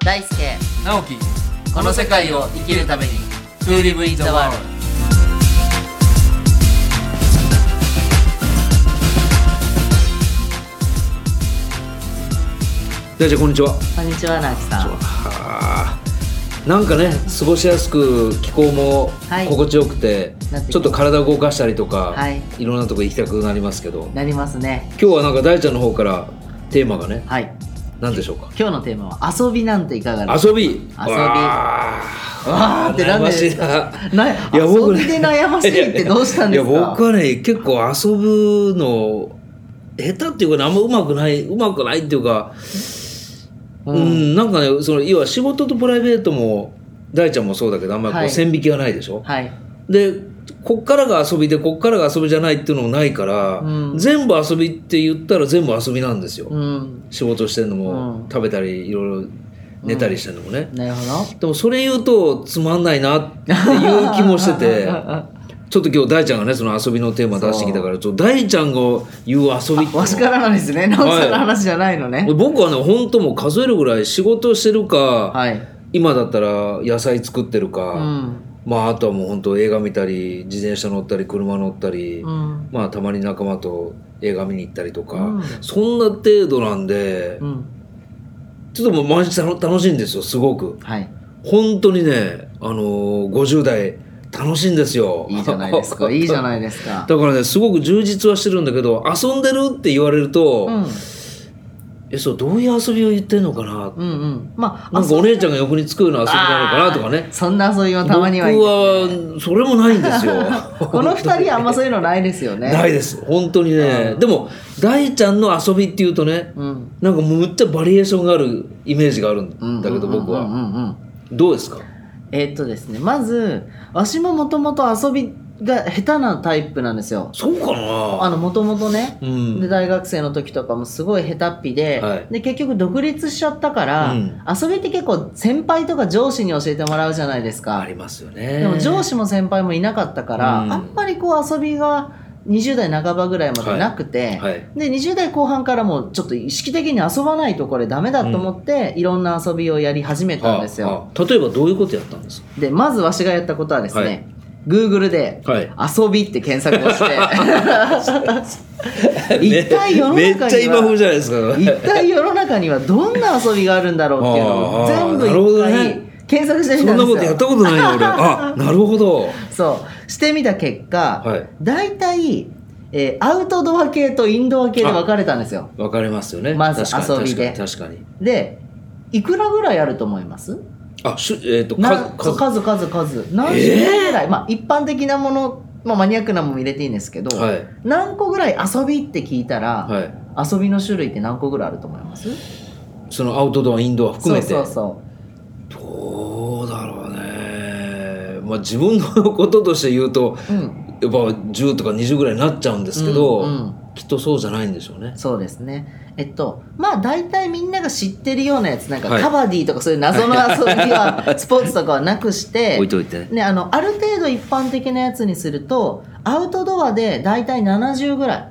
大輔直樹この世界を生きるために To live in the world 大ちゃんこんにちはこんにちは直樹さんはあなんかね過ごしやすく気候もはい心地よくて、なってきたちょっと体を動かしたりとか、はいい、ろんなとこ行きたくなりますけどなりますね今日はなんか大ちゃんの方からテーマがねはい何でしょうか今日のテーマは遊びなんていかがですか遊び遊びわわーってなんで悩ましいなないや僕遊びで悩ましいってどうしたんですかいや僕はね結構遊ぶの下手っていうかねあんまうまくないうまくないっていうかうん、なんかねその要は仕事とプライベートも大ちゃんもそうだけどあんまりこはうい線引きがないでしょ、はいでこっからが遊びでこっからが遊びじゃないっていうのもないから、うん全部遊びって言ったら全部遊びなんですよ、うん仕事してんのも、うん食べたりいろいろ寝たりしてんのもね、なるほでもそれ言うとつまんないなっていう気もし ててちょっと今日大ちゃんがねその遊びのテーマ出してきたからちょっと大ちゃんが言う遊びっていうのどわしからなんですね直樹さんの話じゃないのね僕はね本当もう数えるぐらい仕事してるか、はい今だったら野菜作ってるか、うんまああとはもう本当映画見たり自転車乗ったり車乗ったり、うんまあたまに仲間と映画見に行ったりとか、うんそんな程度なんで、うんちょっともう毎日楽楽しいんですよすごく。はい本当にね、あのー、50代楽しいんですよ。いいじゃないです かいいじゃい。ないですかだからね、すごく充実はしてるんだけど、遊んでるって言われると、うんえ、そう、どういう遊びを言ってんのかな。うんうんまあなんかお姉ちゃんが横につくような遊びなのかなとかね。そんな遊びはたまにはいい。僕は、それもないんですよ この二人あんまそういうのないですよね ないです。本当にね。でも、大ちゃんの遊びっていうとね、うんなんかむっちゃバリエーションがあるイメージがあるんだけど、僕うんうは。んうんどうですかえーっとですねまずわしももともと遊びが下手なタイプなんですよそうかなあのもともとねうんで大学生の時とかもすごい下手っぴで,、はいで結局独立しちゃったから、うん遊びって結構先輩とか上司に教えてもらうじゃないですあかりますよね。でも上司も先輩もいなかったから、うんあんまりこう遊びが20代半ばぐらいまでなくて、はい。で20代後半からもうちょっと意識的に遊ばないとこれダメだと思って、いろんな遊びをやり始めたんですよ、ああ例えばどういうことやったんですかでまずわしがやったことはですね、はい Google ではい遊びって検索を して一体世の中めにっちゃ今風はじゃないですか。一体世の中にはどんな遊びがあるんだろうっていうのをあー全部なるほ一ど回ね検索してみそたんなんことですやよったことないよ俺。 あ、なるほど。そうしてみた結果、はい大体、えーアウトドア系とインドア系で分かれたんですよわかりますよね。まず確かに遊びで確かに確かでいくらぐらいあると思いますに。あ、しゅえっ、とな数数数数数何種類ぐらい、まあ一般的なもの、まあ、マニアックなものも入れていいんですけど、はい何個ぐらい遊びって聞いたら、はい。遊びの種類って何個ぐらいあると思いますそのアウトドアインドア含めて。そうそうそどうだろうね。まあ自分のこととして言うと、う、うん、やっぱ10とか20ぐらいになっちゃうんですけど、うんうんきっとそうじゃないんでしょうね。そうですねえっとまあ大体みんなが知ってるようなやつなんか、はいカバディとかそういう 謎の遊びはスポーツとかはなくして置いといて。ね、あのある程度一般的なやつにするとアウトドアで大体70ぐらいあ、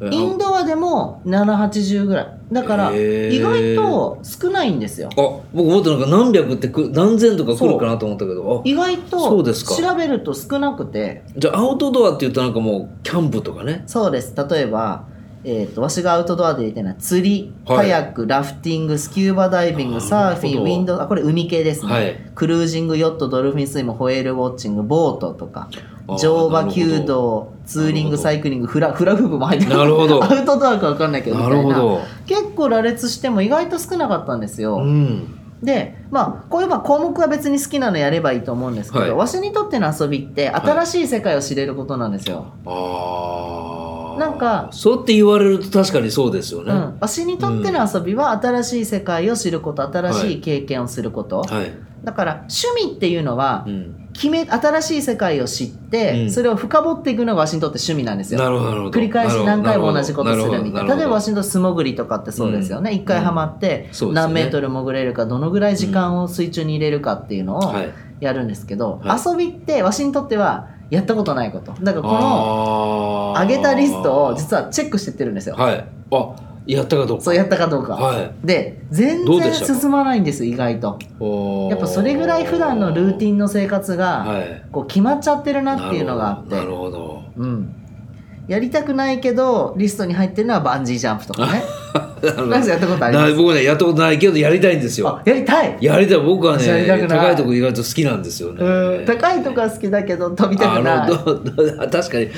えインドアでも780ぐらいだからへー意外と少ないんですよあ僕もっとなんか何百ってく何千とか来るかなと思ったけどあ意外そとうですか調べると少なくてじゃあアウトドアって言うとなんかもうキャンプとかねそうです例えば、えー、とわしがアウトドアで入れてるのは釣り、はいカヤックラフティングスキューバダイビングあーサーフィンウなるほどィンドあこれ海系ですね、はいクルージングヨットドルフィンスイムホエールウォッチングボートとかあー乗馬弓道ツーリングサイクリングフラフラフープも入ってなるほどアウトドアか分かんないけどみたないるなほど結構羅列しても意外と少なかったんですよ、うんでまあこういうまあ項目は別に好きなのやればいいと思うんですけど、はいわしにとっての遊びって新しい世界を知れることなんですよ、あーなんかそうって言われると確かにそうですよね、うん、わしにとっての遊びは新しい世界を知ること新しい経験をすること、はい、だから趣味っていうのはうん、決め新しい世界を知って、うんそれを深掘っていくのがわしにとって趣味なんですよなるほどなるほど繰り返し何回も同じことするみたいなな例えるばほワどシントン素潜りとかってそうですよね、うん一回ハマってそうですよね何メートル潜れるかどのぐらい時間を水中に入れるかっていうのをはいやるんですけど、はい遊びってわしにとってはやったことないことだからこのあー上げたリストを実はチェックしてってるんですよはいあやったかどうかそうやったかどうか、はいで全どうで然したか進まないんです意外とおーやっぱそれぐらい普段のルーティンの生活がはいこう決まっちゃってるなっていうのがあって、なるほどうん、やりたくないけどリストに入ってるのはバンジージャンプと かねなるほどなんかやったことありまなす僕ねやったことないけどやりたいんですよあやりたい、やりたい僕はねやりたくない高いとこ意外と好きなんですよねうん、高いとこは好きだけど飛びたくなあいのどど 確かに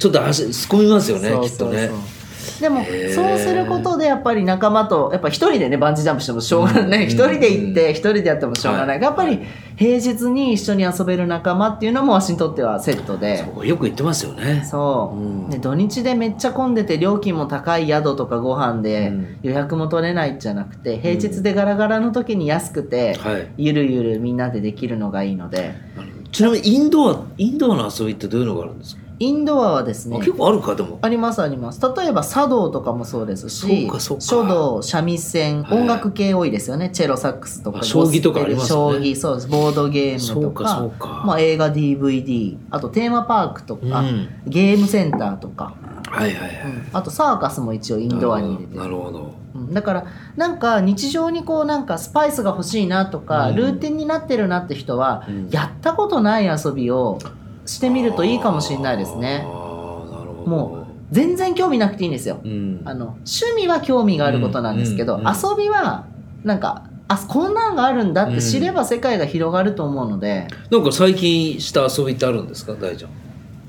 ちょっと足すこみますよねそうきっとそうそうねでもへーそうすることでやっぱり仲間とやっぱ一人でねバンジージャンプしてもしょうがないねうん一人で行って一人でやってもしょうがない、はいやっぱり平日に一緒に遊べる仲間っていうのも私にとってはセットでそうよく言ってますよねそう、うんで土日でめっちゃ混んでて料金も高い宿とかご飯でうん予約も取れないじゃなくて平日でガラガラの時に安くて、はいゆるゆるみんなでできるのがいいのであのちなみにインドアインドアの遊びってどういうのがあるんですか、インドアはですあね結構あるかでもありますあります例えば茶道とかもそうですそうしかそうか書道三味線はい音楽系多いですよねチェロサックスとかあ将棋とかありますよねゴスペル将棋そうですボードゲームとかそうかそうかまあ、映画 DVD あとテーマパークとか、うんゲームセンターとか、はいはいはうい、んあとサーカスも一応インドアに入れてなるほどうんだからなんか日常にこうなんかスパイスが欲しいなとか、うんルーティンになってるなって人は、うんやったことない遊びをしてみるといいかもしれないですあねーなるほどもう全然興味なくていいんですよう、ん、あの趣味は興味があることなんですけど、うんうんうん遊びはなんかあこんなんがあるんだって知れば世界が広がると思うので、なんか最近した遊びってあるんですか大ちゃん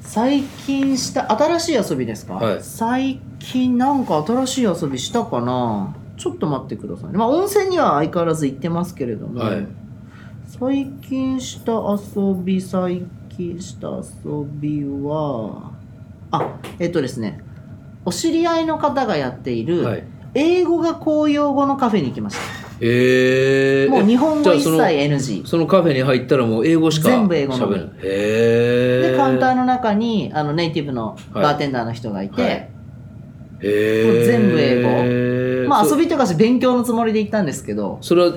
最近した新しい遊びですか、はい最近なんか新しい遊びしたかなちょっと待ってくださいねまあ温泉には相変わらず行ってますけれども、はい最近した遊び最近した遊びはあえっとですねお知り合いの方がやっている、はい英語が公用語のカフェに行きましえたー、もう日本語一切じゃあ NG そのそのカフェに入ったらもう英語しか全部英語の喋れないへーでカウンターの中にあのネイティブのバーテンダーの人がいて、はいへーもう全部英まあ遊びとかし勉強のつもりで行ったんですけど、それは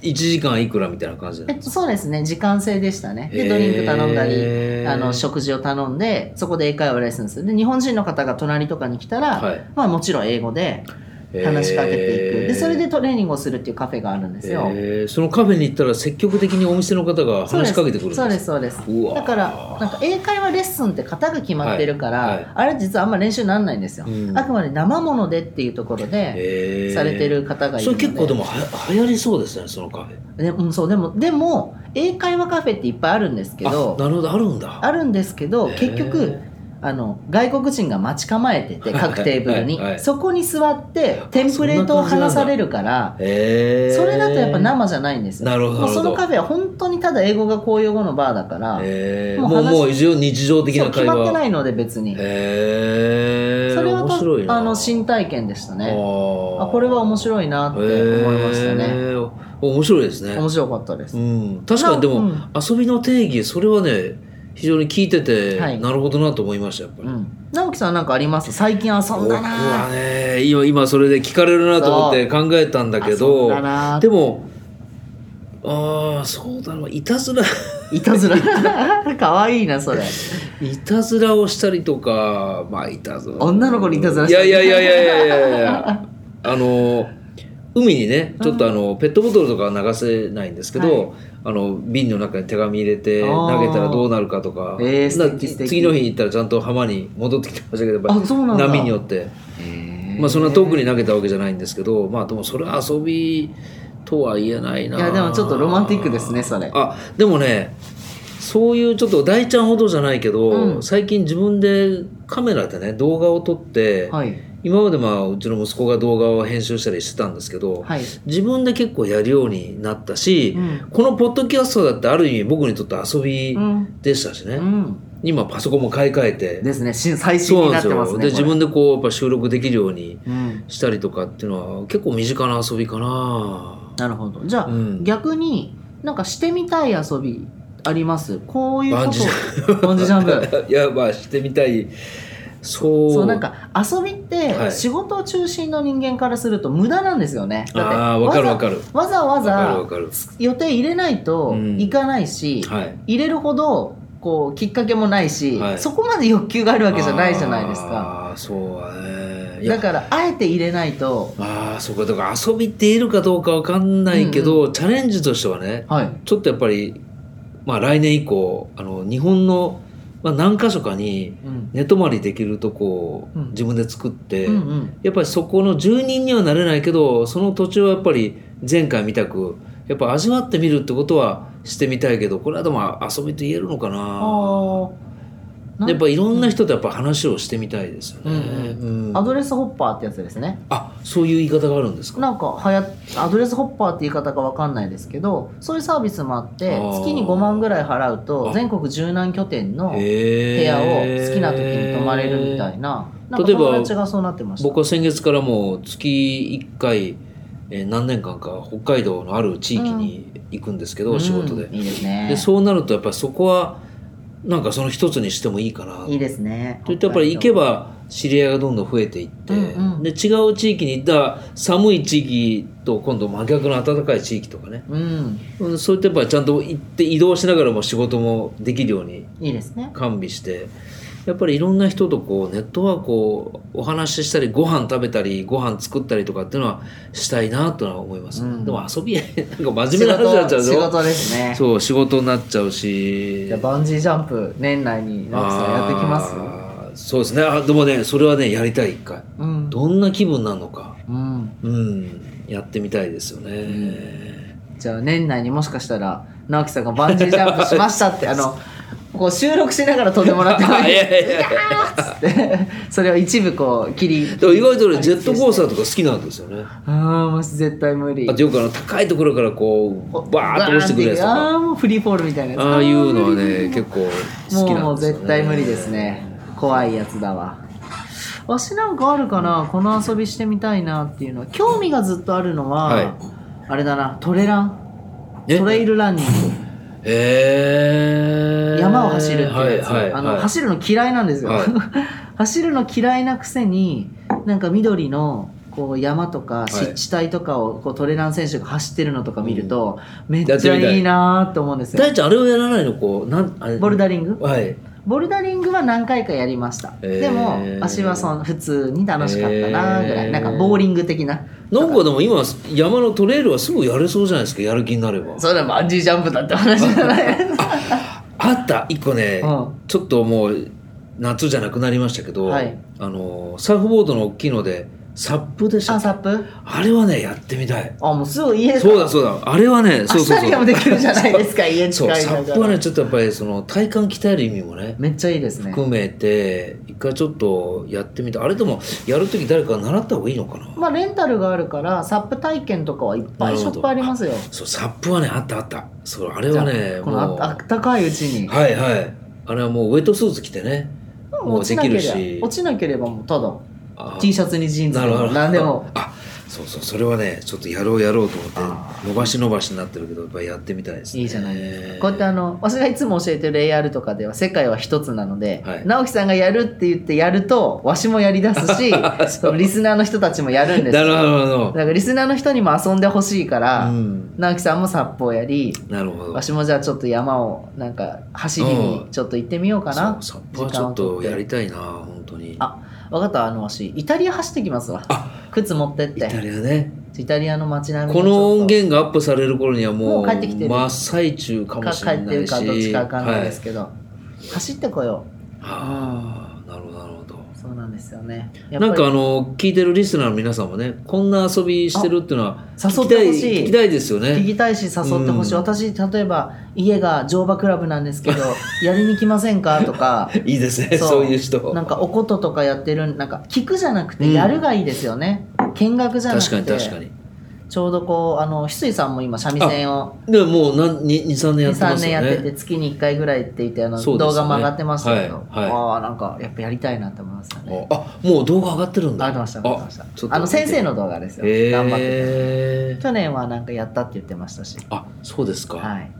1時間いくらみたいな感じえなっと、そうですね時間制でしたねへでードリンク頼んだりあの食事を頼んでそこで英会話レッスンするで日本人の方が隣とかに来たら、はいまあ、もちろん英語での話しかけていく、へーでそれでトレーニングをするっていうカフェがあるんですよ、へーそのカフェに行ったら積極的にお店の方がそうで話すしかけてくるんですそうですすそうですうわーだからなんか英会話レッスンって型が決まってるから、はいはいあれ実はあんま練習にならないんですよ、うんあくまで生ものでっていうところでへーされてる方がいるそのれで結構でもは流行りそうですねそのカフェでうん、そうでもでも英会話カフェっていっぱいあるんですけどあなるほどあるんだあるんですけどへー結局あの外国人が待ち構えてて各テーブルに、はいはいはいそこに座ってテンプレートを話されるからへそーれだとやっぱ生じゃないんですよなるほどなもるうほそどのカフェは本当にただ英語が公用語のバーだから、へーもうもう話もう一応日常的そなう決会話まってないので別に、へーそれは面白いとなあの新体験でしたねああこれは面白いなって思いましたへね、ーお面白いですね面白かったです、うん、確かにでも、な遊びの定義それはね非常に聞いてて、はいなるほどなと思いましたやっぱり、うん、直樹さんなんかあります最近遊ん僕だなはね今今それで聞かれるなと思って考えたんだけ遊んどだなでもああそうだないたずらいたずら かわいいなそれいたずらをしたりとかまあいたずら女の子にいたずらいしたやりいやいやいやいやいやいやあの海にねちょっとあのペットボトルとかは流せないんですけど、あの瓶の中に手紙入れてあ投ーげたらどうなるかとか,、えー素敵な素敵次の日に行ったらちゃんと浜に戻ってきてましたけどやっあそうなんぱだ波によって、まあ、そんな遠くに投げたわけじゃないんですけどまあでもそれは遊びとは言えないないいやでもちょっとロマンティックですねそれあでもねそういうちょっと大ちゃんほどじゃないけど、うん最近自分でカメラでね動画を撮って、はい今までまあうちの息子が動画を編集したりしてたんですけど、はい自分で結構やるようになったし、うんこのポッドキャストだってある意味僕にとって遊びうんでしたしね、うん今パソコンも買い替えてですね新最新そにうななんってますねですよで自分でこうやっぱ収録できるようにこれうんしたりとかっていうのは結構身近な遊びかななるほどじゃあ、うん逆になんかしてみたい遊びありますこういうことバンジージバンジージャン プいやまあしてみたいそうそうなんか遊びっはてい仕事中心の人間からすると無駄なんですよねだってあーわかるわかるわざわわかるざわかる予定入れないとうんいかないし、はい入れるほどこうきっかけもないし、はいそこまで欲求があるわけじゃないじゃないですか。あーそうはねねいやだからあえて入れないとああそうかだから遊びっているかどうかわかんないけど、チャレンジとしてはねはいちょっとやっぱり、まあ、来年以降あの日本の、まあ、何か所かにうん寝泊まりできるとこをうん自分で作って、うんうんやっぱりそこの住人にはなれないけどその土地をやっぱり前回見たくやっぱ味わってみるってことはしてみたいけどこれはでも遊びと言えるのかなああやっぱいろんな人とやっぱ話をしてみたいですよね、うんうんアドレスホッパーってやつですねあそういう言い方があるんですかなんかはやアドレスホッパーって言い方がわかんないですけどそういうサービスもあってあー月に5万ぐらい払うとあ全国柔軟拠点の部部屋を好きな時に泊まれるみたいな,、なんか例えば友達がそうなってました僕は先月からもう月1回、えー何年間か北海道のある地域に行くんですけど、うん仕事でいいですねでそうなるとやっぱりそこはなんかその一つにしてもいいかないいですねといってやっぱり行けばば知り合いがどんどん増えていって、うんうんで違う地域に行った寒い地域と今度真逆の暖かい地域とかね、うんうん、そういったやっぱりちゃんと行って移動しながらも仕事もできるようにいいですね完備してやっぱりいろんな人とこうネットワークをお話ししたりご飯食べたりご飯作ったりとかっていうのはしたいなとは思います、うんでも遊び なんか真面仕目な話になっちゃ事うで仕しょ事ですねそう仕事になっちゃうしじゃあバンジージャンプ年内になんかさやってきますあーそうですねあでもねそれはねやりたい一回うんどんな気分なのかうんうんやってみたいですよね、じゃあ年内にもしかしたら直樹さんがバンジージャンプしましたってあのこう収録しながら飛んでもらってもいいあ いやいやいやつって それを一部こう切りでも意外と俺ジェットコースターとか好きなんですよねああもし絶対無理あとよくあの高いところからこうバーッと落ちてくるやつとかああーもうフリーフォールみたいなやつああいうのは無ね理結構も好きうもなんうですよね絶対無理ですね怖いやつだわわしなんかあるかなこの遊びしてみたいなっていうのは興味がずっとあるのは、はいあれだなトレランえトレイルランニングへえ山を走るっていうやつ、はいはいあのはい走るの嫌いなんですよ、はい 走るの嫌いなくせになんか緑のこう山とかい湿地帯とかをこうトレラン選手が走ってるのとか見ると、めっちゃいいなーと思うんですよ大ちゃんあれをやらないのこうなんあれボルダリングはいボルダリングは何回かやりました、へーでも足はその普通に楽しかったなーぐらい、へーなんかボーリング的ななんかでも今山のトレイルはすぐやれそうじゃないですかやる気になればそれはバンジージャンプだって話じゃないあった一個ね、うんちょっともう夏じゃなくなりましたけど、はいあのサーフボードの大きいのでサップでしたあっけサップあれはねやってみたいあもうすぐ家そうだそうだあれはねそうそうアスタリアそもうできるじゃないですか家そ近いうんだサからップはねちょっとやっぱりその体幹鍛える意味もねめっちゃいいですね含めて一回ちょっとやってみたあれでもやるとき誰か習った方がいいのかなまあレンタルがあるからサップ体験とかはいっぱいショップありますよそうサップはねあったあったそうあれじゃはあねこもうのああったかいうちにはいはいあれはもうウェットスーツ着てねもう落ちでなきけるれしば落ちなければもうただあ T シャツにジーンズなるほど何でもあそうそうそれはねちょっとやろうやろうと思って伸ばし伸ばしになってるけどやっぱりやってみたいですねいいじゃないですかこうやってあの私がいつも教えてる AR とかでは世界は一つなので、はい直樹さんがやるって言ってやるとわしもやりだす しそのリスナーの人たちもやるんですなよるほどなるだほどからリスナーの人にも遊んでほしいから、うん直樹さんもサップをやりなるほどわしもじゃあちょっと山をなんか走りにちょっと行ってみようかな。そうサップはちょっとやり時間を取ってたいな本当にあ、わかった。あのわしイタリア走ってきますわ。あ靴持ってっイタて。リアねイタリアの街並みちこょっとの音源がアップされる頃にはももうう帰ってきてる真っ最中かもかし帰れっなているしかどっちかわかんないですはけど、走ってこよあーなるほどなるほどう。そうなんですよね。やっぱりなんかあの聞いてるリスナーの皆さんもねこんな遊びしてるっていうのはあ聞きたい誘ってほしい聞きたいですよ聞ねきたいし誘ってほしい、うん私例えば家が乗馬クラブなんです けどやりに来ませんかとか いいですねそういう人なんかおこととかやってるなんか聞くじゃなくうんてやるがいいですよね、見学じゃなく確てかに確かにちょうどこうあの翡翠さんも今三味線をでももう何23年やって23ます年よやねってて月に1回ぐらいって言ってあの、そうです動よ画ねも上がってましたけど、はいはいああなんかやっぱやりたいなって思いましたねああもう動画上がってるん上だがってました上がってましたあちょっとあの先生の動画ですよ、へえ頑張ってて去年はなんかやったって言ってましたしあそうですか、はい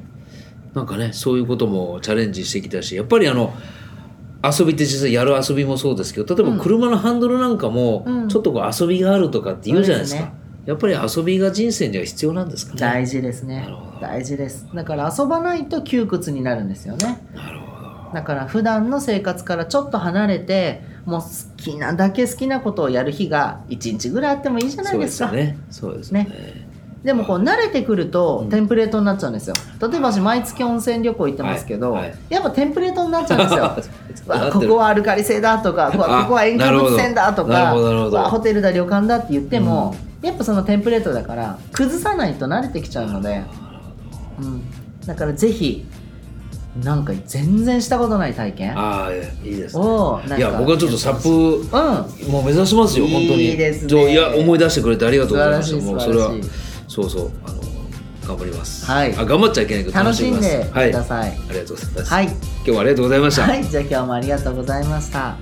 なんかねそういうこともチャレンジしてきたしやっぱりあの遊びって実際やる遊びもそうですけど例えば車のハンドルなんかもうんちょっとこう遊びがあるとかって言うじゃないですか、そうやっぱり遊びが人生には必要なんですかね大事ですなねるほど大事ですだから遊ばないと窮屈になるんですよねなるほどだから普段の生活からちょっと離れてもう好きなだけ好きなことをやる日が1日ぐらいあってもいいじゃないそうでですすかよねそうですよねでもこう慣れてくるとうんテンプレートになっちゃうんですよ、例えば私毎月温泉旅行行ってますけど、はいはいやっぱテンプレートになっちゃうんですよ わあなってこるこはアルカリ性だとかここあは塩化物泉だとなるかほどなるほどわあホテルだ旅館だって言っても、やっぱそのテンプレートだから崩さないと慣れてきちゃうので、うん、だからぜひなんか全然したことない体験ああいやいいですねをなんかいや僕はちょっとサップうんもう目指しますよ本当にいいですねちょいや思い出してくれてありがとうございました素晴もらうしいそれは素晴らしいそうそうあの頑張りますはいあ頑張っちゃいけないけど楽しんで楽みますくださいはい、ありがとうございます、はい今日はありがとうございました、はい、じゃあ今日もありがとうございました。